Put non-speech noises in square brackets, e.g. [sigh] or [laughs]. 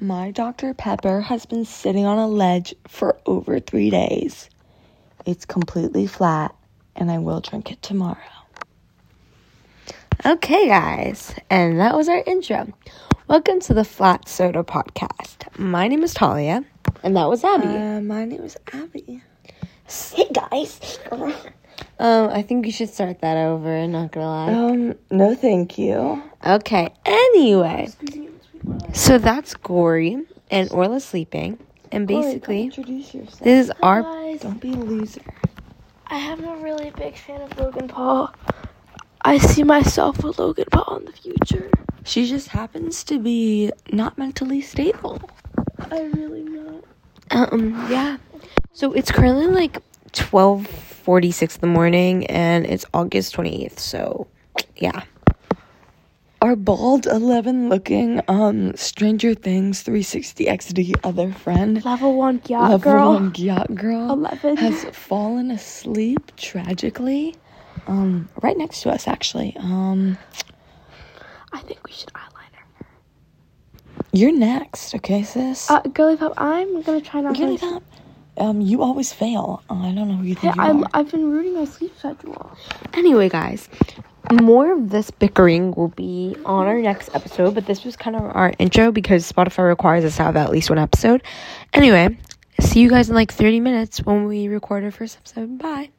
My Dr. Pepper has been sitting on a ledge for over three days. It's completely flat, and I will drink it tomorrow. Okay, guys, and that was our intro. Welcome to the Flat Soda Podcast. My name is Talia, and that was Abby. Uh, my name is Abby. Hey, guys. um, I think you should start that over. Not gonna [laughs] lie. Um, no, thank you. Okay, anyway. So that's Gory and Orla sleeping. And Basically, basically, introduce yourself. this is our. Guys, Don't be a loser. I am a really big fan of Logan Paul. I see myself with Logan Paul in the future. She just happens to be not mentally stable. I really not. Um, yeah. So it's currently like 12:46 in the morning and it's August 28th. So, yeah. Our bald, eleven-looking, um, Stranger Things 360 XD other friend, Level one yacht level girl. one yacht girl, 11. has fallen asleep tragically. Um, right next to us, actually. Um, I think we should eyeliner. you're next, okay, sis? Uh, girly pop, I'm gonna try not Really, to. Pop? Um, you always fail. I don't know who you Hey, think you I'm, are. I've been ruining my sleep schedule. Anyway, guys, more of this bickering will be on our next episode, but this was kind of our intro because Spotify requires us to have at least one episode. Anyway, see you guys in like 30 minutes when we record our first episode. Bye.